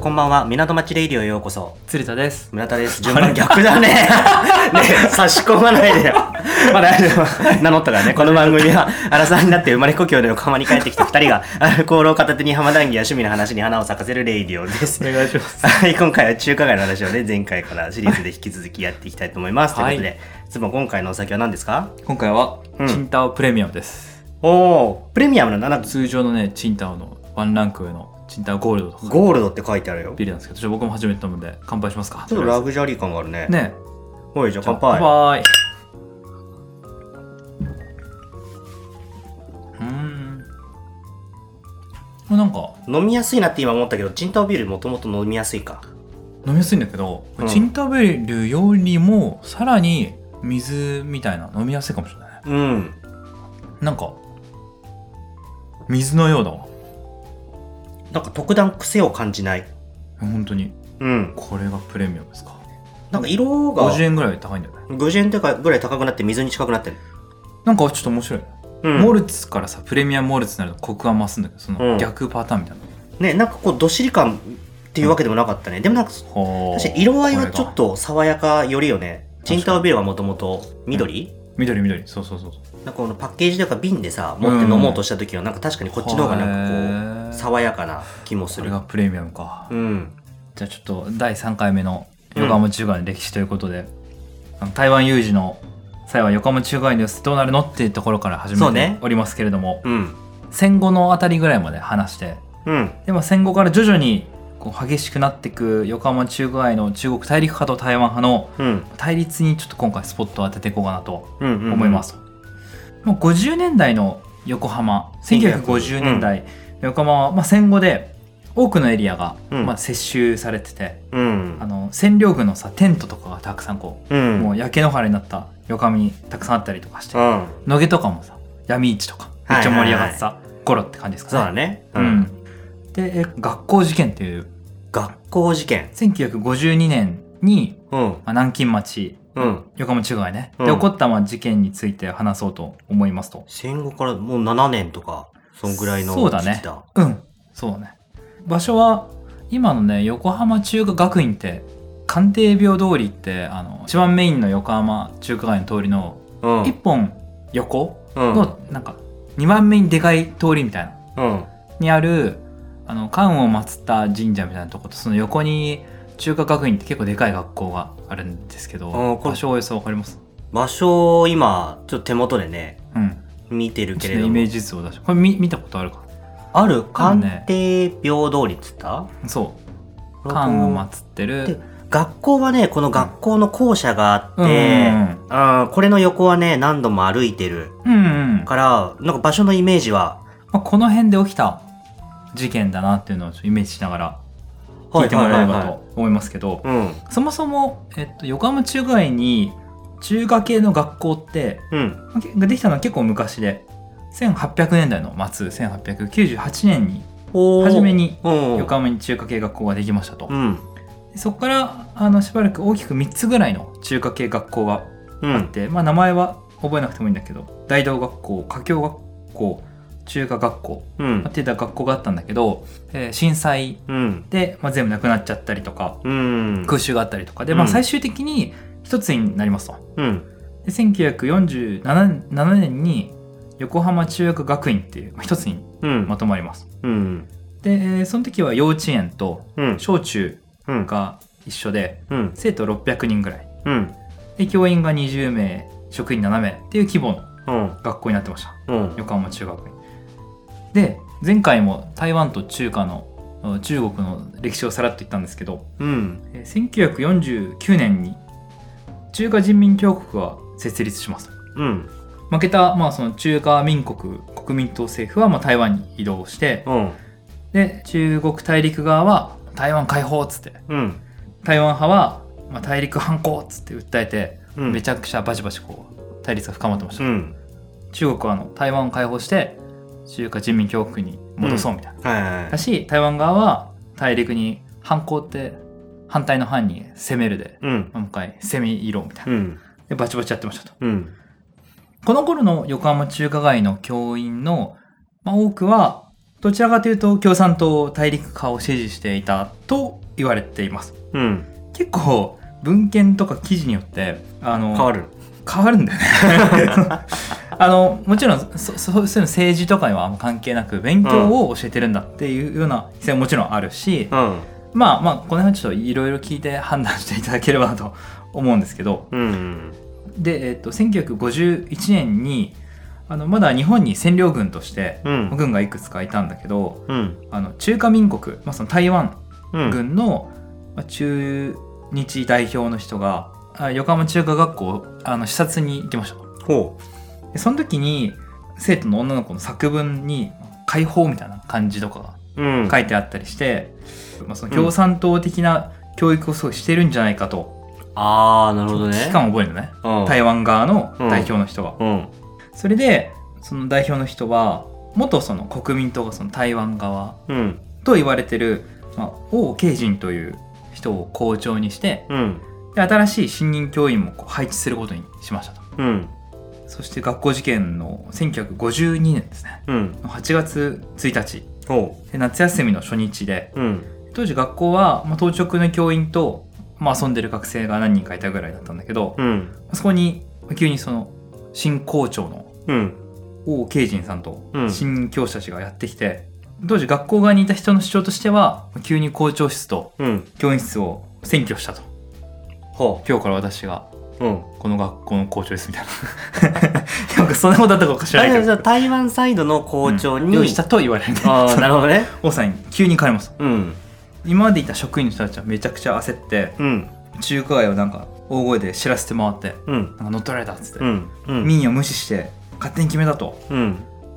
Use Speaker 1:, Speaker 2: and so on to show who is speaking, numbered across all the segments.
Speaker 1: こんばんは、港町レイディオへようこそ。
Speaker 2: 鶴田です。
Speaker 1: 村田です。順番逆だ ね。ねえ差し込まないでよ。まだ、あの名乗ったからね、この番組は、荒沢になって生まれ故郷の横浜に帰ってきた二人が、アルコールを片手に浜談義や趣味の話に花を咲かせるレイディオです。
Speaker 2: 願いします。
Speaker 1: はい、今回は中華街の話をね、前回からシリーズで引き続きやっていきたいと思います。
Speaker 2: はい
Speaker 1: ということで、つも今回のお酒は何ですか
Speaker 2: 今回は
Speaker 1: う、ん
Speaker 2: チンタオプレミアムです。
Speaker 1: おー、プレミアムの7、
Speaker 2: 通常のね、チンタオのワンランク上のチンタオゴールドとか
Speaker 1: ゴールドって書いてあるよ。
Speaker 2: ビールなんですけど、ちょっと僕も初めて飲むんで、乾杯しますか。
Speaker 1: ちょっとラグジュアリー感があるね。
Speaker 2: ね。
Speaker 1: おい、じゃあ乾
Speaker 2: じ
Speaker 1: 杯。
Speaker 2: ゃあ乾杯。うーん。これなんか、
Speaker 1: 飲みやすいなって今思ったけど、チンタオビールもともと飲みやすいか。
Speaker 2: 飲みやすいんだけど、
Speaker 1: うん
Speaker 2: チンタオビールよりも、さらに水みたいな、飲みやすいかもしれないね。
Speaker 1: うん。
Speaker 2: なんか、水のようだわ。
Speaker 1: なんか特段癖を感じない。
Speaker 2: 本当に。
Speaker 1: うん。
Speaker 2: これがプレミアムですか
Speaker 1: なんか色が
Speaker 2: 50円ぐらい高いんだよね
Speaker 1: 50円とかぐらい高くなって水に近くなってる。
Speaker 2: なんかちょっと面白い、
Speaker 1: うん。
Speaker 2: モルツからさプレミアムモルツになるとコクが増すんだけどそ
Speaker 1: うん
Speaker 2: の逆パターンみたいな、
Speaker 1: ね、なんかこうどっしり感っていうわけでもなかったね。でもなんか
Speaker 2: ほー
Speaker 1: 確かに色合いはちょっ
Speaker 2: こと
Speaker 1: 爽やかよりよね。
Speaker 2: か
Speaker 1: チ
Speaker 2: に
Speaker 1: ンタオビールはもともと緑、
Speaker 2: れが緑緑そうそうそう
Speaker 1: なんかこのパッケージというか瓶でさ、持って飲もうとした時はなんか確かにこっちの方がなんかこう、
Speaker 2: こ
Speaker 1: 爽やかな気もす
Speaker 2: それ
Speaker 1: る。
Speaker 2: がプレミアムか、
Speaker 1: うん。
Speaker 2: じゃあちょっと第3回目の横浜中華街の歴史ということで、あの台湾有事の際は横浜中華街の様子どうなるのっていうところから始
Speaker 1: そ
Speaker 2: め
Speaker 1: う
Speaker 2: て
Speaker 1: ね
Speaker 2: おりますけれども、
Speaker 1: うん。
Speaker 2: 戦後のあたりぐらいまで話して
Speaker 1: うん。
Speaker 2: でも戦後から徐々にこう激しくなっていく横浜中華街の中国大陸派と台湾派の
Speaker 1: うん。
Speaker 2: 対立にちょっと今回スポットを当てていこうかなと
Speaker 1: うん。うん
Speaker 2: 思いま。す、もう50年代の横浜1950年代の横浜は、まあ、戦後で多くのエリアが、
Speaker 1: うん
Speaker 2: まあ、接収されてて
Speaker 1: うん
Speaker 2: あ。の占領軍のさテントとかがたくさんこ
Speaker 1: う
Speaker 2: う、
Speaker 1: ん。
Speaker 2: もう焼け野原になった横浜にたくさんあったりとかして、
Speaker 1: うん。
Speaker 2: 野毛とかもさ闇市とかめっちゃ盛り上がってた頃って感じです
Speaker 1: そう
Speaker 2: か
Speaker 1: だ
Speaker 2: ね。
Speaker 1: ね。
Speaker 2: うん。でえ学校事件っていう
Speaker 1: 学校事件。
Speaker 2: 1952年に、
Speaker 1: うん。
Speaker 2: まあ、南京町
Speaker 1: うん。
Speaker 2: 横浜中華街ね、
Speaker 1: う
Speaker 2: で
Speaker 1: ん
Speaker 2: 起こったまあ事件について話そうと思いますと
Speaker 1: 戦後からもう7年とか、そんぐらいの
Speaker 2: そうだね
Speaker 1: 時期だ。
Speaker 2: うんそうだね場所は今のね横浜中華学院って官邸病通りってあの一番メインの横浜中華街の通りの
Speaker 1: うん。
Speaker 2: 一本横
Speaker 1: うん。
Speaker 2: のなんか2番目にでかい通りみたいな
Speaker 1: うん。
Speaker 2: にあるあの漢を祀った神社みたいなとことその横に中華学院って結構でかい学校があるんですけど
Speaker 1: あーこれ
Speaker 2: 場所およそ分かります
Speaker 1: 場所を今、ちょっと手元でね、
Speaker 2: うん
Speaker 1: 見てるけ
Speaker 2: ちょっ
Speaker 1: れ
Speaker 2: と
Speaker 1: ど
Speaker 2: イメ
Speaker 1: も
Speaker 2: ー。ジ図を出してこれ見見たことあるか
Speaker 1: ある
Speaker 2: 多分
Speaker 1: 官
Speaker 2: ね
Speaker 1: 邸平等率った
Speaker 2: そう漢を祀ってる
Speaker 1: 学校はね、この学校の校舎があっ
Speaker 2: うんう
Speaker 1: て、
Speaker 2: ん
Speaker 1: あーこれの横はね、何度も歩いてる
Speaker 2: うん、うんうんま
Speaker 1: から、なんか場所のイメージは、
Speaker 2: あ、この辺で起きた事件だなっていうのをちょっとイメージしながら聞いてもらえればと思いますけ
Speaker 1: は
Speaker 2: ど
Speaker 1: いはいはい。
Speaker 2: そもそも、えっと、横浜中華街に中華系の学校って
Speaker 1: うん。うん。
Speaker 2: けできたのは結構昔で1800年代の末1898年に
Speaker 1: おー
Speaker 2: 初めに、
Speaker 1: うん。
Speaker 2: 横浜に中華系学校ができましたと、
Speaker 1: うん。
Speaker 2: でそこからあのしばらく大きく3つぐらいの中華系学校が
Speaker 1: う
Speaker 2: あっ
Speaker 1: ん。
Speaker 2: て、まあ、名前は覚えなくてもいいんだけど大道学校華僑学校中華学校
Speaker 1: うん
Speaker 2: やっ。てた学校があったんだけど、えー震災
Speaker 1: うん。
Speaker 2: で、まあ、全部なくなっちゃったりとか
Speaker 1: うん。
Speaker 2: 空襲があったりとかで、ま
Speaker 1: うん
Speaker 2: あ、最終的に一つになりますと。
Speaker 1: うん。
Speaker 2: で1947 7年に横浜中学学院っていう、まあ、一つに
Speaker 1: うん
Speaker 2: ま。とまります
Speaker 1: うん。
Speaker 2: でえーその時は幼稚園と
Speaker 1: うん。
Speaker 2: 小中
Speaker 1: うん。
Speaker 2: が一緒で
Speaker 1: うん。
Speaker 2: 生徒600人ぐらい
Speaker 1: うん。
Speaker 2: で教員が20名職員7名っていう規模の
Speaker 1: うん。
Speaker 2: 学校になってました
Speaker 1: うん。
Speaker 2: 横浜中学院で前回も台湾と中華のうん中国の歴史をさらっと言ったんですけど
Speaker 1: うん。
Speaker 2: えー1949年に中華人民共和国が設立します
Speaker 1: うん。
Speaker 2: 負けた、まあ、その中華民国国民党政府はまあ台湾に移動して
Speaker 1: うん。
Speaker 2: で中国大陸側は台湾解放っつって
Speaker 1: うん。
Speaker 2: 台湾派はまあ大陸反抗っつって訴えて
Speaker 1: うん。
Speaker 2: めちゃくちゃバチバチこう対立が深まってまし
Speaker 1: う
Speaker 2: た、
Speaker 1: ん。
Speaker 2: 中国はあの台湾を解放して中華人民共和国に戻そうみたいな、
Speaker 1: はいはいは
Speaker 2: だ
Speaker 1: い。
Speaker 2: し台湾側は大陸に反抗って反対の反に攻めるで
Speaker 1: うん。
Speaker 2: 今回攻め色みたいな
Speaker 1: うん。
Speaker 2: でバチバチやってましたと
Speaker 1: うん。
Speaker 2: この頃の横浜中華街の教員の、まあ、多くはどちらかというと共産党大陸化を支持していたと言われています
Speaker 1: うん。
Speaker 2: 結構文献とか記事によってあの
Speaker 1: 変わる。
Speaker 2: 変わるん だよねあのもちろんそそそういうの政治とかには関係なく勉強を教えてるんだっていうような規制ももちろんあるし、
Speaker 1: うん。
Speaker 2: まあまあこの辺はちょっといろいろ聞いて判断していただければなと思うんですけど
Speaker 1: うん。
Speaker 2: で、えっと1951年にあのまだ日本に占領軍として
Speaker 1: うん。
Speaker 2: 軍がいくつかいたんだけど
Speaker 1: うん。
Speaker 2: あの中華民国、まあ、その台湾
Speaker 1: うん。
Speaker 2: 軍のまあ中日代表の人があ横浜中華学校あの視察に行きました。
Speaker 1: ほ
Speaker 2: でその時に生徒の女の子の作文に「解放」みたいな感じとか
Speaker 1: う。うん。
Speaker 2: が書いてあったりして、まあ、その共産党的な教育をすごいしてるんじゃないかと、
Speaker 1: ああ、なるほど
Speaker 2: 危
Speaker 1: ね。
Speaker 2: 機感を覚えるのね
Speaker 1: うん。
Speaker 2: 台湾側の代表の人が。
Speaker 1: うん。
Speaker 2: それでその代表の人は元その国民党がその台湾側
Speaker 1: うん。
Speaker 2: と言われてる、まあ、王慶仁という人を校長にして
Speaker 1: うん。
Speaker 2: で新しい新任教員もこう配置することにしましたと
Speaker 1: うん。
Speaker 2: そして学校事件の1952年ですね
Speaker 1: うん。
Speaker 2: 8月1日
Speaker 1: ほ
Speaker 2: で夏休みの初日で
Speaker 1: う。うん。
Speaker 2: 当時学校は、まあ、当直の教員と、まあ、遊んでる学生が何人かいたぐらいだったんだけど、
Speaker 1: うん。
Speaker 2: そこに急にその新校長の
Speaker 1: うん。
Speaker 2: 王慶仁さんと
Speaker 1: うん
Speaker 2: 新教師たちがやってきて、当時学校側にいた人の主張としては急に校長室と
Speaker 1: うん。
Speaker 2: 教員室を占拠したと
Speaker 1: ほ
Speaker 2: 今日から私が
Speaker 1: う。うん。
Speaker 2: この学校の校長ですみたいな なんかそんなことだったか知らないけど
Speaker 1: 台湾サイドの校長
Speaker 2: うん
Speaker 1: に、
Speaker 2: 用意したと言われて
Speaker 1: あ あなるほどね
Speaker 2: 王さんに急に変えました
Speaker 1: うん
Speaker 2: 今までいた職員の人たちはめちゃくちゃ焦って
Speaker 1: うん
Speaker 2: 中華街をなんか大声で知らせて回って
Speaker 1: うん
Speaker 2: なんか乗っ取られたっつって、
Speaker 1: うんうん
Speaker 2: 民意を無視して勝手に決めたと
Speaker 1: うん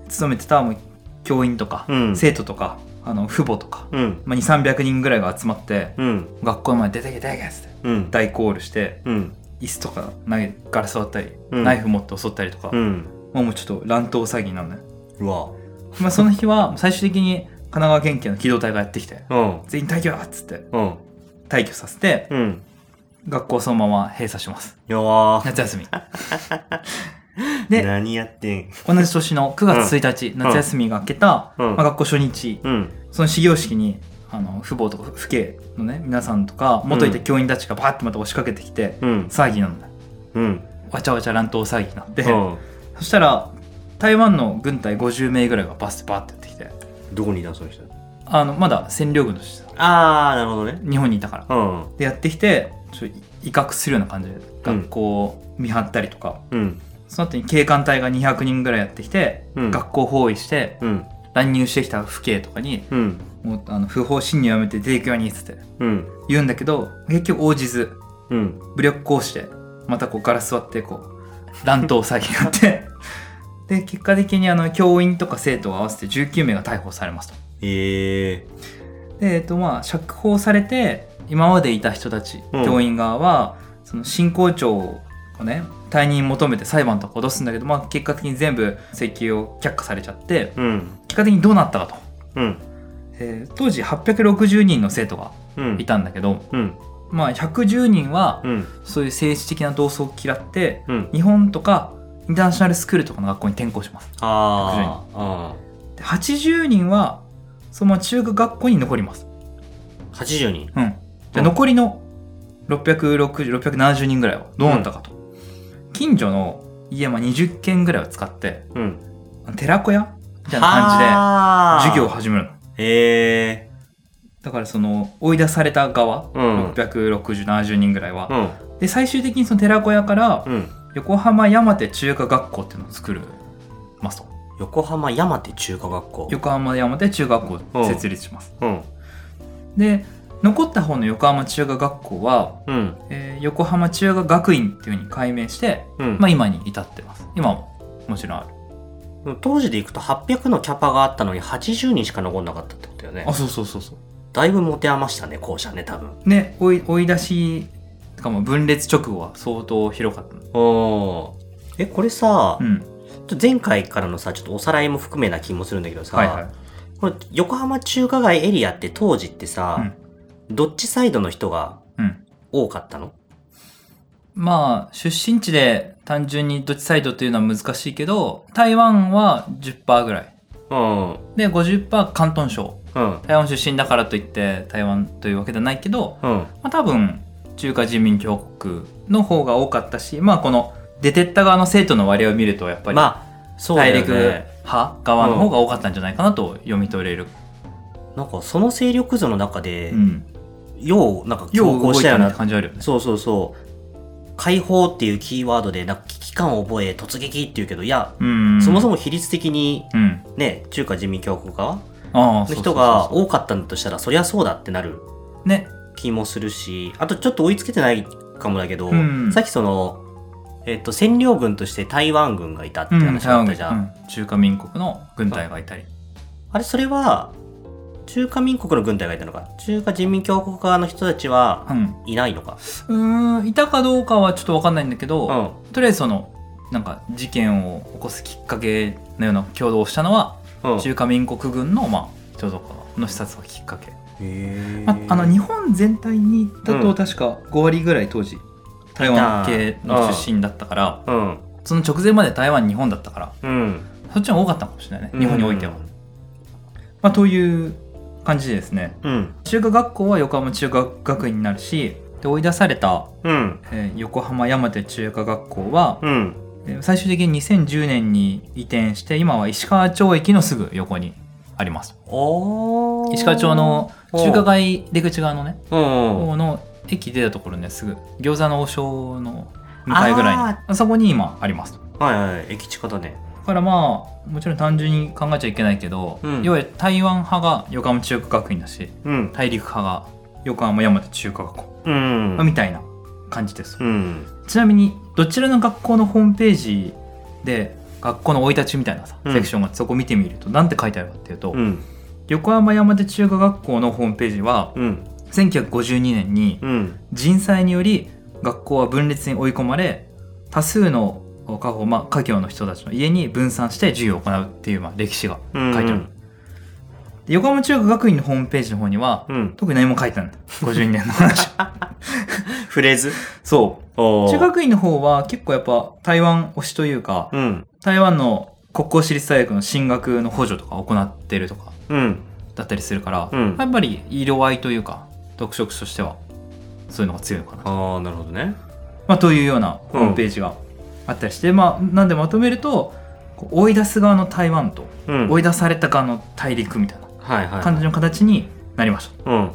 Speaker 2: 勤めてたもう教員とか、
Speaker 1: うん
Speaker 2: 生徒とかあの父母とか、
Speaker 1: うん
Speaker 2: まあ、2300人ぐらいが集まって
Speaker 1: うん
Speaker 2: 学校の前に出てけ出てけっつって
Speaker 1: うん
Speaker 2: 大コールして
Speaker 1: うん
Speaker 2: 椅子とか投げガラス割ったり、
Speaker 1: うん
Speaker 2: ナイフ持って襲ったりとか、
Speaker 1: うん
Speaker 2: まあもうちょっと乱闘詐欺なのね、
Speaker 1: うわ
Speaker 2: まあ、その日は最終的に神奈川県警の機動隊がやってきて
Speaker 1: うん
Speaker 2: 全員退去だっつって
Speaker 1: うん
Speaker 2: 退去させて
Speaker 1: うん
Speaker 2: 学校そのまま閉鎖 します
Speaker 1: いやー
Speaker 2: 夏休みで
Speaker 1: 何やってん
Speaker 2: 同じ年の9月1日、
Speaker 1: ん
Speaker 2: 夏休みが明けた、
Speaker 1: うん
Speaker 2: まあ、学校初日、
Speaker 1: うん
Speaker 2: その始業式にあの父母とか父兄のね皆さんとか元いた教員たちがバーってまた押しかけてきて、
Speaker 1: うん
Speaker 2: 騒ぎなんだ
Speaker 1: うん
Speaker 2: わちゃわちゃ乱闘騒ぎになって、
Speaker 1: うん
Speaker 2: そしたら台湾の軍隊50名ぐらいがバスでバーってやってきて
Speaker 1: どこにいたその人
Speaker 2: あのまだ占領軍として
Speaker 1: ああなるほどね
Speaker 2: 日本にいたから
Speaker 1: うん
Speaker 2: でやってきてちょっと威嚇するような感じで学校を見張ったりとか、
Speaker 1: うん
Speaker 2: その後に警官隊が200人ぐらいやってきて、
Speaker 1: うん
Speaker 2: 学校包囲して
Speaker 1: うん
Speaker 2: 乱入してきた父兄とかに
Speaker 1: うん
Speaker 2: もうあの不法侵入やめて出ていくようにっつって
Speaker 1: うん
Speaker 2: 言うんだけど結局応じず
Speaker 1: うん
Speaker 2: 武力行使でまたこうガラス割ってこう乱闘詐欺になって で結果的にあの教員とか生徒合わせて19名が逮捕されますと。
Speaker 1: ええ
Speaker 2: でえっとまあ釈放されて今までいた人たち、
Speaker 1: うん
Speaker 2: 教員側はその新校長をね退任求めて裁判とか脅すんだけど、まあ、結果的に全部請求を却下されちゃって
Speaker 1: うん
Speaker 2: 結果的にどうなったかと、
Speaker 1: うん
Speaker 2: えー当時860人の生徒が
Speaker 1: うん
Speaker 2: いたんだけど、
Speaker 1: うん
Speaker 2: まあ、110人は
Speaker 1: うん
Speaker 2: そういう政治的な闘争を嫌って
Speaker 1: うん
Speaker 2: 日本とかインターナショナルスクールとかの学校に転校します
Speaker 1: あーあ
Speaker 2: で80人はそのまま中学学校に残ります
Speaker 1: ー80人
Speaker 2: うん、じゃあ
Speaker 1: うん
Speaker 2: 残りの660 670人ぐらいはどうなったかと、近所の家、まあ、20軒ぐらいを使って
Speaker 1: うん
Speaker 2: 寺子屋みたいな感
Speaker 1: 感
Speaker 2: じで授業を始めるの
Speaker 1: へえ
Speaker 2: だからその追い出された側、
Speaker 1: うん
Speaker 2: 66070人ぐらいは、
Speaker 1: うん
Speaker 2: で最終的にその寺子屋から
Speaker 1: うん
Speaker 2: 横浜山手中華学校っていうのを作るますと
Speaker 1: 横浜山手中華学校
Speaker 2: 横浜山手中学校を設立します、
Speaker 1: うん
Speaker 2: で残った方の横浜中華学校は、
Speaker 1: うん
Speaker 2: えー横浜中華学院っていうふうに改名して
Speaker 1: うん
Speaker 2: まあ、今に至ってます今ももちろんある
Speaker 1: 当時でいくと800のキャパがあったのに80人しか残んなかったってことだよね
Speaker 2: そうそうそうそ
Speaker 1: だいぶ持て余したね校舎ね多分
Speaker 2: うね追い追い出しとかも分裂直後は相当広かったの
Speaker 1: おーえこれさ、
Speaker 2: うん
Speaker 1: ちょっと前回からのさちょっとおさらいも含めな気もするんだけどさ、
Speaker 2: はいはい
Speaker 1: これ横浜中華街エリアって当時ってさ、どっちサイドの人が
Speaker 2: うん
Speaker 1: 多かったの
Speaker 2: まあ出身地で単純にどっちサイドというのは難しいけど台湾は10%ぐらい
Speaker 1: うん。
Speaker 2: で50%広東省
Speaker 1: うん。
Speaker 2: 台湾出身だからといって台湾というわけではないけど、
Speaker 1: うん。
Speaker 2: まあ、多分中華人民共和国の方が多かったしまあこの出てった側の生徒の割合を見るとやっぱり
Speaker 1: まあ、そうだ
Speaker 2: 大
Speaker 1: よね。
Speaker 2: 陸派側の方が多かったんじゃないかなと読み取れる、
Speaker 1: なんかその勢力図の中で、
Speaker 2: うん、
Speaker 1: ようなんか強
Speaker 2: よう動
Speaker 1: 行
Speaker 2: い
Speaker 1: した
Speaker 2: た
Speaker 1: よ
Speaker 2: な
Speaker 1: な
Speaker 2: って感じあるよね
Speaker 1: そうそうそう解放っていうキーワードでなんか危機感を覚え突撃っていうけどいや、
Speaker 2: うん
Speaker 1: そもそ
Speaker 2: も
Speaker 1: も比率的に
Speaker 2: うん
Speaker 1: ね中華人民共和国側
Speaker 2: ああ
Speaker 1: の人が
Speaker 2: そうそうそう
Speaker 1: 多かったんだとしたらそりゃそうだってなる
Speaker 2: そうね
Speaker 1: 気もするしあとちょっと追いつけてないかもだけど、
Speaker 2: うん
Speaker 1: さっきその、えっと占領軍として台湾軍がいたって
Speaker 2: うん
Speaker 1: 話があったじゃん、
Speaker 2: うん中華民国の軍隊がいたり
Speaker 1: あれそれは中華民国の軍隊がいたのか中華人民共和国側の人たちは
Speaker 2: うん
Speaker 1: いないのか、
Speaker 2: うーんいたかどうかはちょっと分かんないんだけど、
Speaker 1: うん、
Speaker 2: とりあえずそのなんか事件を起こすきっかけのような挙動をしたのは、
Speaker 1: うん
Speaker 2: 中華民国軍の、まあ、人とかの視察がきっかけ、
Speaker 1: へ
Speaker 2: まあ
Speaker 1: ー、
Speaker 2: あの日本全体にだ
Speaker 1: う
Speaker 2: と
Speaker 1: ん
Speaker 2: 確か5割ぐらい当時台湾系の出身だったから
Speaker 1: うん
Speaker 2: その直前まで台湾日本だったから
Speaker 1: うん
Speaker 2: そっちの方が多かったかもしれないね日本においては、まあ、という感じでですね
Speaker 1: うん
Speaker 2: 中華学校は横浜中華学院になるしで追い出された、
Speaker 1: うん
Speaker 2: えー横浜山手中華学校は
Speaker 1: うん
Speaker 2: えー最終的に2010年に移転して今は石川町駅のすぐ横にあります
Speaker 1: おー
Speaker 2: 石川町の中華街出口側のね
Speaker 1: うんうん
Speaker 2: 方の駅出たところねすぐ餃子の王将の向かいぐらいにあそこに今ありますだ
Speaker 1: はいはい駅近だね
Speaker 2: からまあもちろん単純に考えちゃいけないけど、
Speaker 1: うん
Speaker 2: 要は台湾派が横浜中華学院だし
Speaker 1: うん
Speaker 2: 大陸派が横浜山手中華学校
Speaker 1: うん
Speaker 2: みたいな感じです、
Speaker 1: うん
Speaker 2: ちなみにどちらの学校のホームページで学校の生い立ちみたいなさ、
Speaker 1: うん
Speaker 2: セクションがそこ見てみるとなんて書いてあるかっていうと、
Speaker 1: うん
Speaker 2: 横浜山手中華学校のホームページは
Speaker 1: うん
Speaker 2: 1952年に
Speaker 1: うん
Speaker 2: 人災により学校は分裂に追い込まれ多数の家宝、まあ、家業の人たちの家に分散して授業を行うっていう、まあ、歴史が
Speaker 1: うん
Speaker 2: 書いてある、で横浜中華学院のホームページの方には、
Speaker 1: うん
Speaker 2: 特に何も書いてないんだ52年の話
Speaker 1: フレーズ
Speaker 2: そう
Speaker 1: おー
Speaker 2: 中学院の方は結構やっぱ台湾推しというか、
Speaker 1: うん
Speaker 2: 台湾の国交私立大学の進学の補助とか行ってるとか
Speaker 1: うん
Speaker 2: だったりするから、
Speaker 1: うん
Speaker 2: やっぱり色合いというか特色としてはそういうのが強いのかな、
Speaker 1: ああなるほどね
Speaker 2: まあ、というようなホームページがあったりして、まあなんでまとめるとこう追い出す側の台湾と
Speaker 1: うん
Speaker 2: 追
Speaker 1: はい
Speaker 2: い出された側の大陸みたいな
Speaker 1: はいはい
Speaker 2: 感じの形になりました。
Speaker 1: うん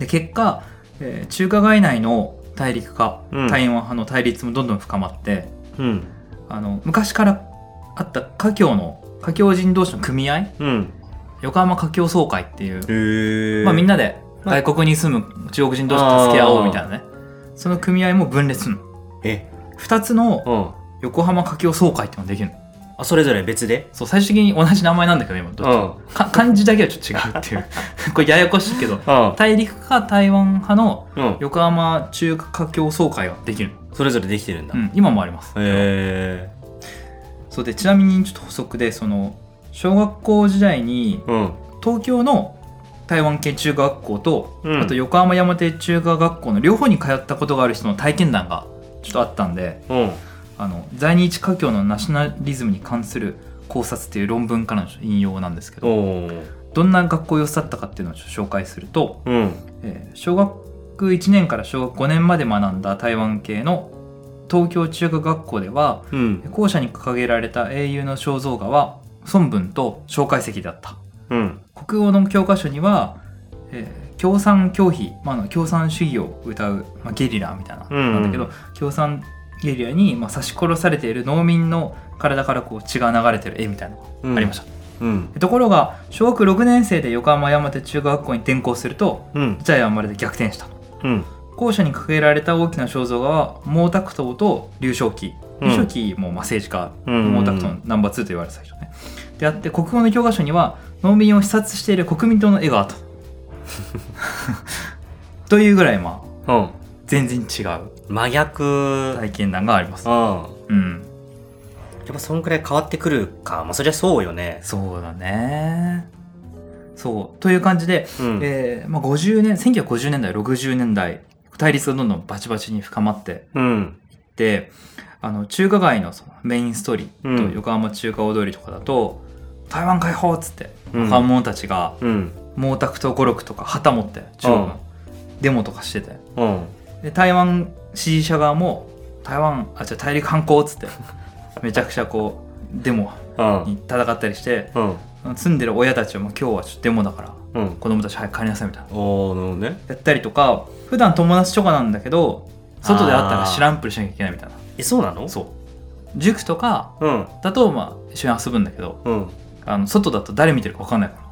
Speaker 2: で結果、えー中華街内の大陸化、
Speaker 1: うん
Speaker 2: 台湾派の対立もどんどん深まって
Speaker 1: うん
Speaker 2: あの昔からあった華僑の華僑人同士の組合
Speaker 1: うん
Speaker 2: 横浜華僑総会っていう、
Speaker 1: へえ
Speaker 2: まあ、みんなで外国に住む中国人同士で助け合おうみたいなねその組合も分裂するの
Speaker 1: え
Speaker 2: 2つの
Speaker 1: うん
Speaker 2: 横浜華僑総会っていうのができるの
Speaker 1: あそれぞれ別で
Speaker 2: そう最終的に同じ名前なんだけど今どっちも
Speaker 1: ん
Speaker 2: か漢字だけはちょっと違うっていう これややこしいけど
Speaker 1: うん
Speaker 2: 大陸か台湾派の
Speaker 1: うん
Speaker 2: 横浜中華華僑総会ができるの、
Speaker 1: それぞれできてるんだ
Speaker 2: う
Speaker 1: へ
Speaker 2: ん、今もあります
Speaker 1: え
Speaker 2: そうでちなみにちょっと補足でその小学校時代に
Speaker 1: うん
Speaker 2: 東京の台湾系中学校と、
Speaker 1: うん
Speaker 2: あと横浜山手中華学校の両方に通ったことがある人の体験談がちょっとあったんで
Speaker 1: うん
Speaker 2: あの在日華僑のナショナリズムに関する考察っていう論文からの引用なんですけど
Speaker 1: おー
Speaker 2: どんな学校様子だったかっていうのをちょっと紹介すると、
Speaker 1: うん
Speaker 2: えー小学1年から小学5年まで学んだ台湾系の東京中華学校では
Speaker 1: うん
Speaker 2: 校舎に掲げられた英雄の肖像画は孫文と介石だった
Speaker 1: うん
Speaker 2: 国語の教科書には、えー共産教費、まああの、共産主義を歌う、まあ、ゲリラみたいな、
Speaker 1: うんうん
Speaker 2: なんだけど共産ゲリラに、まあ、刺し殺されている農民の体からこう血が流れてる絵みたいなの
Speaker 1: うん
Speaker 2: がありました、
Speaker 1: うん
Speaker 2: ところが小学6年生で横浜山手中学校に転校すると
Speaker 1: うん
Speaker 2: 事態はまるで逆転した
Speaker 1: うん
Speaker 2: 校舎に掲げられた大きな肖像画は毛沢東と劉少奇
Speaker 1: うん
Speaker 2: 劉少奇もまあ政治家、
Speaker 1: うん
Speaker 2: 毛沢東のナンバー2と言われてた人ねであって国語の教科書には農民を視察している国民党の絵があった というぐらいまあ
Speaker 1: うん
Speaker 2: 全然違う
Speaker 1: 真逆
Speaker 2: 体験談があります、
Speaker 1: うんや
Speaker 2: うん
Speaker 1: っぱそんくらい変わってくるかまあそりゃそうよね
Speaker 2: そうだねそうという感じで、
Speaker 1: うん
Speaker 2: えーまあ、50年1950年代60年代対立がどんどんバチバチに深まって
Speaker 1: うん
Speaker 2: であの中華街のそのメインストリー
Speaker 1: う
Speaker 2: ト、
Speaker 1: ん
Speaker 2: 横浜中華大通りとかだと台湾解放」っつって
Speaker 1: うん
Speaker 2: 若者たちが
Speaker 1: うん
Speaker 2: 毛沢東語録とか旗持って中国のデモとかしてて
Speaker 1: うん
Speaker 2: で台湾支持者側も台湾あじゃ大陸反抗っ つってめちゃくちゃこうデモ
Speaker 1: うん
Speaker 2: に戦ったりして
Speaker 1: うん
Speaker 2: 住んでる親たちはもう今日はちょっとデモだから
Speaker 1: うん
Speaker 2: 子供たち早く帰りなさいみたいな
Speaker 1: おーなるほどね
Speaker 2: やったりとか普段友達とかなんだけど外で会ったら
Speaker 1: あー
Speaker 2: 知らんぷりしなきゃいけないみたいな
Speaker 1: えそうなの
Speaker 2: そう塾とか
Speaker 1: うん
Speaker 2: だとまあ一緒に遊ぶんだけど
Speaker 1: うん
Speaker 2: あの外だと誰見てるか分かんないから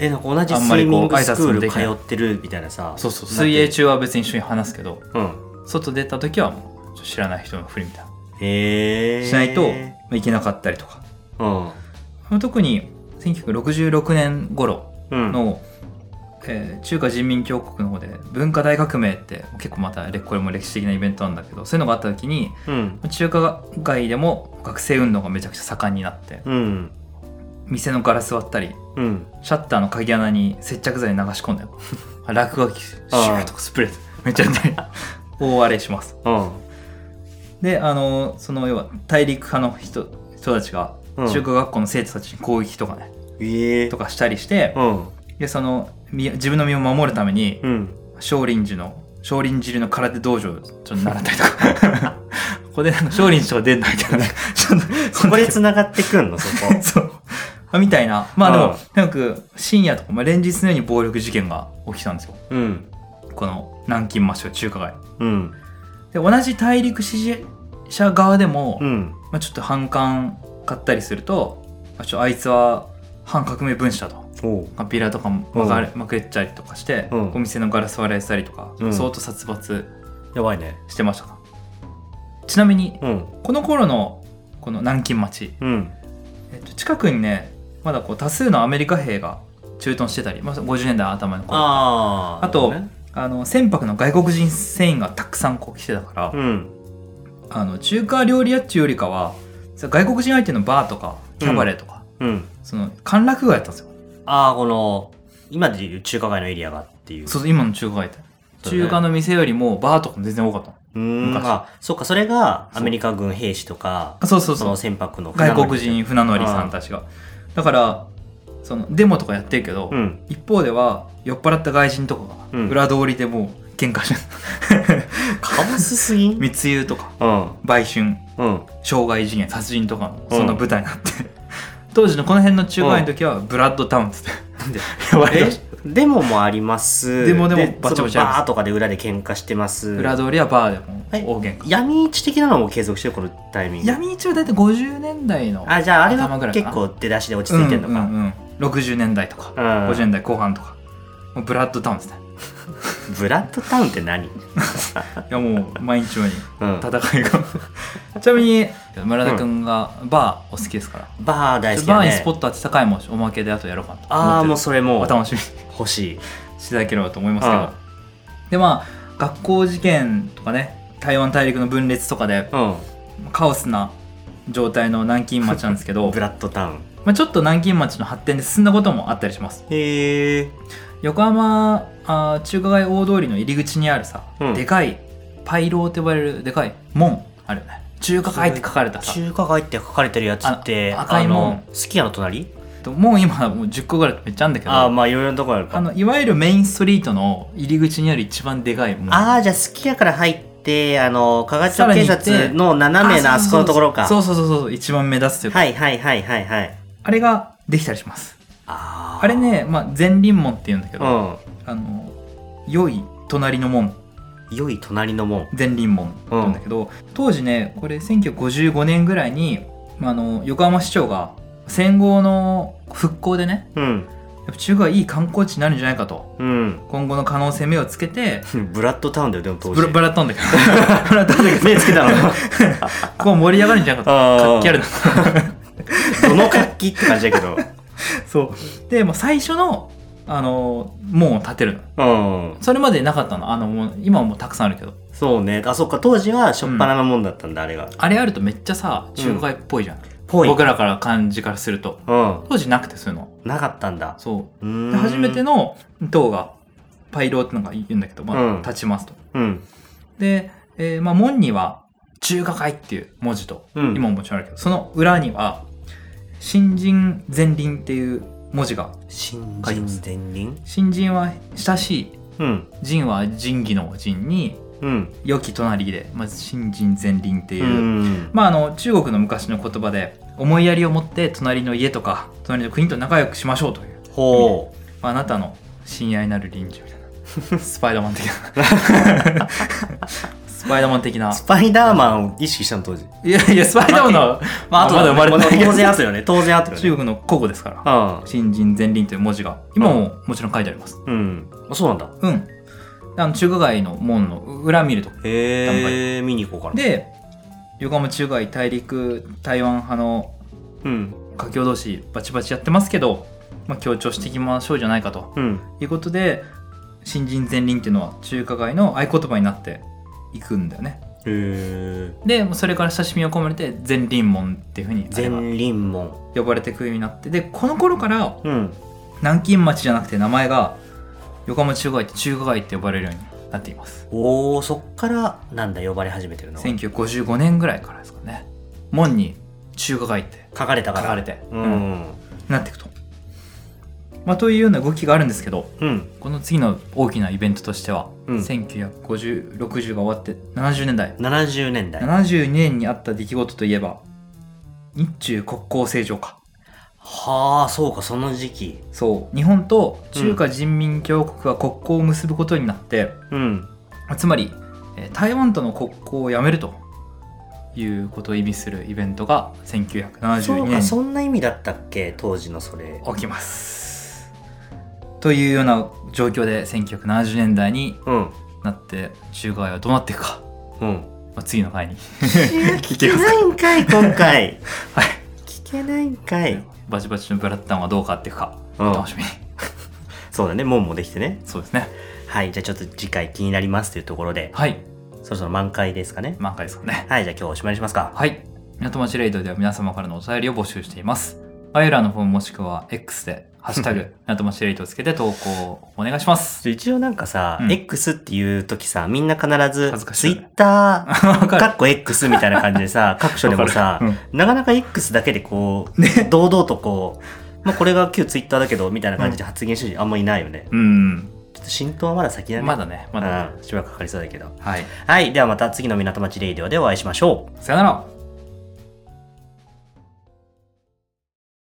Speaker 1: えなんか同じ
Speaker 2: あん
Speaker 1: ス
Speaker 2: ま
Speaker 1: イ
Speaker 2: りこう
Speaker 1: ミングスクー
Speaker 2: 挨拶もで
Speaker 1: ル
Speaker 2: きない
Speaker 1: 通ってるみたいなさ
Speaker 2: そうそう
Speaker 1: なんて
Speaker 2: 水泳中は別に一緒に話すけど
Speaker 1: うん
Speaker 2: 外出た時はもうちょっと知らない人のふりみたいな
Speaker 1: へえ
Speaker 2: しないとまあいけなかったりとか
Speaker 1: うん
Speaker 2: 特に1966年頃
Speaker 1: うん
Speaker 2: の、えー中華人民共和国の方で文化大革命って結構またれこれも歴史的なイベントなんだけどそういうのがあった時に
Speaker 1: うん
Speaker 2: 中華街でも学生運動がめちゃくちゃ盛んになって
Speaker 1: うん
Speaker 2: 店のガラス割ったり
Speaker 1: うん
Speaker 2: シャッターの鍵穴に接着剤流し込んだよ 落書きシューとかスプレーめっちゃ やったり大荒れします
Speaker 1: うん
Speaker 2: であのその要は大陸派の人人たちが
Speaker 1: うん
Speaker 2: 中華学校の生徒たちに攻撃とかね、
Speaker 1: ええ
Speaker 2: とかしたりして
Speaker 1: うん
Speaker 2: でその身自分の身を守るために
Speaker 1: うん
Speaker 2: 少林寺の少林寺流の空手道場をちょっと習ったりと かここでなんか少林寺とか出んなみたいなねちょっと
Speaker 1: そこで繋がってくんのそ こ
Speaker 2: そう。あみたいな。まあで
Speaker 1: う
Speaker 2: も
Speaker 1: ん、
Speaker 2: なんか深夜とか、まあ、連日のように暴力事件が起きたんですよ。
Speaker 1: うん
Speaker 2: この南京マッシュ中華街。
Speaker 1: うん
Speaker 2: で、同じ大陸支持者側でも、
Speaker 1: うん
Speaker 2: まあ、ちょっと反感買ったりすると、あちょあいつは反革命分子だと。
Speaker 1: おう
Speaker 2: ビラとかもまがれまくれちゃりとかして、
Speaker 1: うん
Speaker 2: お店のガラス割られたりとか、
Speaker 1: うん
Speaker 2: 相当殺伐
Speaker 1: やばいね
Speaker 2: してましたかちなみに、
Speaker 1: うん
Speaker 2: この頃のこの南京町、
Speaker 1: うん
Speaker 2: えっと、近くにねまだこう多数のアメリカ兵が駐屯してたり、まあ、50年代頭の頃あ
Speaker 1: あー
Speaker 2: あと
Speaker 1: なる
Speaker 2: の船舶の外国人船員がたくさんこう来てたから、
Speaker 1: ほどねうん
Speaker 2: あの中華料理屋っちゅうよりかは外国人相手のバーとかキャバレーとか、
Speaker 1: うん
Speaker 2: その歓楽街だったんですよ
Speaker 1: ああこの今でいう中華街のエリアがっていう
Speaker 2: そう今の中華街って、
Speaker 1: そうね
Speaker 2: 中華の店よりもバーとかも全然多かったの
Speaker 1: うーん
Speaker 2: 昔
Speaker 1: あそうかそれがアメリカ軍兵士とか
Speaker 2: あそうそう
Speaker 1: そ
Speaker 2: そ
Speaker 1: の
Speaker 2: う
Speaker 1: 船舶の
Speaker 2: 外国人船乗りさんたちがだからそのデモとかやってるけど、
Speaker 1: うん
Speaker 2: 一方では酔っ払った外人とかが
Speaker 1: うん
Speaker 2: 裏通りでもう喧嘩してる、
Speaker 1: かぶすすぎん
Speaker 2: 密輸とか
Speaker 1: うん
Speaker 2: 売春
Speaker 1: うん
Speaker 2: 傷害事件殺人とかの
Speaker 1: うん
Speaker 2: そんな舞台になって、 当時のこの辺の中華街の時はブラッドタウンっつって呼ばれ
Speaker 1: え
Speaker 2: て
Speaker 1: デモもあります
Speaker 2: デモでも
Speaker 1: バ
Speaker 2: バチ
Speaker 1: チ
Speaker 2: バ
Speaker 1: バ
Speaker 2: チ
Speaker 1: チ
Speaker 2: あります
Speaker 1: バーとかで裏で喧嘩してます
Speaker 2: 裏通りはバーでも
Speaker 1: え
Speaker 2: 大喧嘩
Speaker 1: 闇市的なのも継続してるこのタイミング
Speaker 2: 闇市は大体50年代の
Speaker 1: あじゃああれ
Speaker 2: 頭
Speaker 1: は
Speaker 2: ぐらいか
Speaker 1: 結
Speaker 2: な
Speaker 1: 構出だしで落ち着いてんの
Speaker 2: うん
Speaker 1: か
Speaker 2: うんうん60年代とか、
Speaker 1: うん
Speaker 2: 50年代後半とかもうブラッドタウンっつって
Speaker 1: ブラッドタウンって何
Speaker 2: いやもう毎日のよう
Speaker 1: うん
Speaker 2: に戦いが、 ちなみに村田君がバーお好きですから、
Speaker 1: バー大好き
Speaker 2: バ
Speaker 1: だ
Speaker 2: ーにス
Speaker 1: ね
Speaker 2: ポット当てた回もおまけであとやろうかなと思ってる
Speaker 1: ああもうそれも
Speaker 2: お
Speaker 1: う
Speaker 2: 楽しみに
Speaker 1: 欲しい
Speaker 2: していただければと思いますけど、でまあ学校事件とかね台湾大陸の分裂とかで
Speaker 1: うん
Speaker 2: カオスな状態の南京町なんですけど
Speaker 1: ブラッドタウン
Speaker 2: まあちょっと南京町の発展で進んだこともあったりします
Speaker 1: へえ
Speaker 2: 横浜あー中華街大通りの入り口にあるさ、
Speaker 1: うん
Speaker 2: でかいパイローと呼ばれるでかい門あるよね中華街って書かれたさ
Speaker 1: 中華街って書かれてるやつって
Speaker 2: あの赤いも
Speaker 1: あ
Speaker 2: ん
Speaker 1: のすき家の隣
Speaker 2: 門今もう10個ぐらいめっちゃあるんだけど
Speaker 1: ああ
Speaker 2: あ
Speaker 1: まあいろいろなとこあるか
Speaker 2: のいわゆるメインストリートの入り口にある一番でかい門
Speaker 1: ああじゃあすき家から入ってあの加賀
Speaker 2: さ
Speaker 1: 町
Speaker 2: ら
Speaker 1: 警
Speaker 2: に行って
Speaker 1: 察の斜めのあそこのところか
Speaker 2: そうそうそうそう一番目立つというか、
Speaker 1: はいはいはいはいはい
Speaker 2: あれができたりします
Speaker 1: あ
Speaker 2: あれね、まあ、前輪門って言うんだけ
Speaker 1: う
Speaker 2: ど、
Speaker 1: ん
Speaker 2: あの良い隣の門
Speaker 1: 良い隣の門
Speaker 2: 前輪門って言うんだけど、当時ねこれ1955年ぐらいに、まあ、あの横浜市長が戦後の復興でね
Speaker 1: うん
Speaker 2: やっぱ中華はいい観光地になるんじゃないかと
Speaker 1: うん
Speaker 2: 今後の可能性目をつけて
Speaker 1: ブラッドタウンだよでも当時
Speaker 2: ブラブラッとんだけど ブラッとんだけど
Speaker 1: 目つけ たの
Speaker 2: ここ盛り上がるんじゃないかと
Speaker 1: あ
Speaker 2: 活気あるな
Speaker 1: ー どの活気って感じだけど
Speaker 2: そうでもう最初のあの門を建てるの
Speaker 1: うん
Speaker 2: それまでなかったのあのもう今はもうたくさんあるけど
Speaker 1: そうねあそっか当時はしょっぱななもんだったんだ、あれが
Speaker 2: あれあるとめっちゃさ中華街っぽいじゃん、
Speaker 1: ぽい
Speaker 2: 僕らから感じからすると
Speaker 1: うん
Speaker 2: 当時なくてそういうの
Speaker 1: なかったんだ
Speaker 2: そう
Speaker 1: うーん
Speaker 2: で初めての塔がパイローってのが言うんだけど、
Speaker 1: う
Speaker 2: まあ、
Speaker 1: ん
Speaker 2: 立ちますと。
Speaker 1: うん
Speaker 2: で、えーまあ、門には「中華街」っていう文字と、
Speaker 1: うん
Speaker 2: 今ももちろんあるけどその裏には新人前輪っていう文字が
Speaker 1: 新
Speaker 2: 書いてま
Speaker 1: 人
Speaker 2: す
Speaker 1: 前輪
Speaker 2: 新人は親しい
Speaker 1: うん
Speaker 2: 仁は仁義の仁に
Speaker 1: うん
Speaker 2: 良き隣で、まず新人前輪っていうう、
Speaker 1: ん
Speaker 2: まああの中国の昔の言葉で思いやりを持って隣の家とか隣の国と仲良くしましょうという、
Speaker 1: ほう
Speaker 2: まああなたの親愛なる隣人みたいな スパイダーマン的な スパイダーマン的な
Speaker 1: スパイダーマンを意識したの当時
Speaker 2: いやいやスパイダーマンのまあ後で生まれた
Speaker 1: 当然あったよね当然あったよね
Speaker 2: 中国の古語ですから
Speaker 1: あ
Speaker 2: 新人前輪という文字が今ももちろん書いてあります
Speaker 1: あうんあそうなんだ
Speaker 2: うんあの中華街の門の裏見ると
Speaker 1: へえ見に行こうかな
Speaker 2: で横浜中華街大陸台湾派の
Speaker 1: うん
Speaker 2: 華僑同士バチバチやってますけど、まあ、強調していきましょうじゃないかと
Speaker 1: うん
Speaker 2: いうことで新人前輪っていうのは中華街の合言葉になっていくんだよね
Speaker 1: へえ
Speaker 2: でそれから親しみを込めて前輪門っていうふうにあれは
Speaker 1: 前輪門
Speaker 2: 呼ばれてくるようになってでこの頃から
Speaker 1: うん
Speaker 2: 南京町じゃなくて名前が横浜中華街って中華街って呼ばれるようになっています
Speaker 1: おおそっからなんだ呼ばれ始めてるの書
Speaker 2: 1955年ぐらいからですかね門に中華街って
Speaker 1: かれた
Speaker 2: 書
Speaker 1: から
Speaker 2: かれて、
Speaker 1: う
Speaker 2: うん
Speaker 1: ん
Speaker 2: なっていくと、まあ、というような動きがあるんですけど
Speaker 1: うん
Speaker 2: この次の大きなイベントとしては、
Speaker 1: うん
Speaker 2: 1950、60が終わって70年代
Speaker 1: 70年代
Speaker 2: 72年にあった出来事といえば日中国交正常化
Speaker 1: はあそうかその時期
Speaker 2: そう日本と中華人民共和国が国交を結ぶことになって、
Speaker 1: うん
Speaker 2: つまりえー台湾との国交をやめるということを意味するイベントが
Speaker 1: そ
Speaker 2: 1972
Speaker 1: うか
Speaker 2: 年に
Speaker 1: そんな意味だったっけ当時のそれ
Speaker 2: 起きます。というような状況で1970年代に
Speaker 1: うん
Speaker 2: なって中華街はどうなっていくか、
Speaker 1: うん
Speaker 2: まあ、次の回に
Speaker 1: 聞けないんかい今回
Speaker 2: はい
Speaker 1: 聞けないんかい
Speaker 2: バチバチのブラッタンはどう変わっていくか、
Speaker 1: うん
Speaker 2: お楽しみに
Speaker 1: そうだね門もできてね
Speaker 2: そうですね
Speaker 1: はいじゃあちょっと次回気になりますというところで
Speaker 2: はい
Speaker 1: そろそろ満開ですかね
Speaker 2: 満開ですかね
Speaker 1: はいじゃあ今日はおしまいにしますか
Speaker 2: はい港町レイドでは皆様からのお便りを募集しています概要欄のフォームもしくは X で「ハッシュタグ港町レイド」をつけて投稿をお願い します
Speaker 1: 一応なんかさ、
Speaker 2: うん
Speaker 1: X っていう時さ、みんな必ず
Speaker 2: 恥ずか、しいよね
Speaker 1: Twitter、
Speaker 2: わかる
Speaker 1: かっこ X みたいな感じでさ、各所でも
Speaker 2: わ
Speaker 1: さ
Speaker 2: かる、
Speaker 1: なかなか X だけでこう、堂々とこう、まあこれが旧 Twitter だけど、みたいな感じで発言してる人あんまいないよね。
Speaker 2: うん
Speaker 1: ちょっと浸透はまだ先だね。
Speaker 2: まだねまだね
Speaker 1: うん、しばらくかかりそうだけど。
Speaker 2: はい
Speaker 1: はい、ではまた次の港町レイディオでお会いしましょう。
Speaker 2: さよなら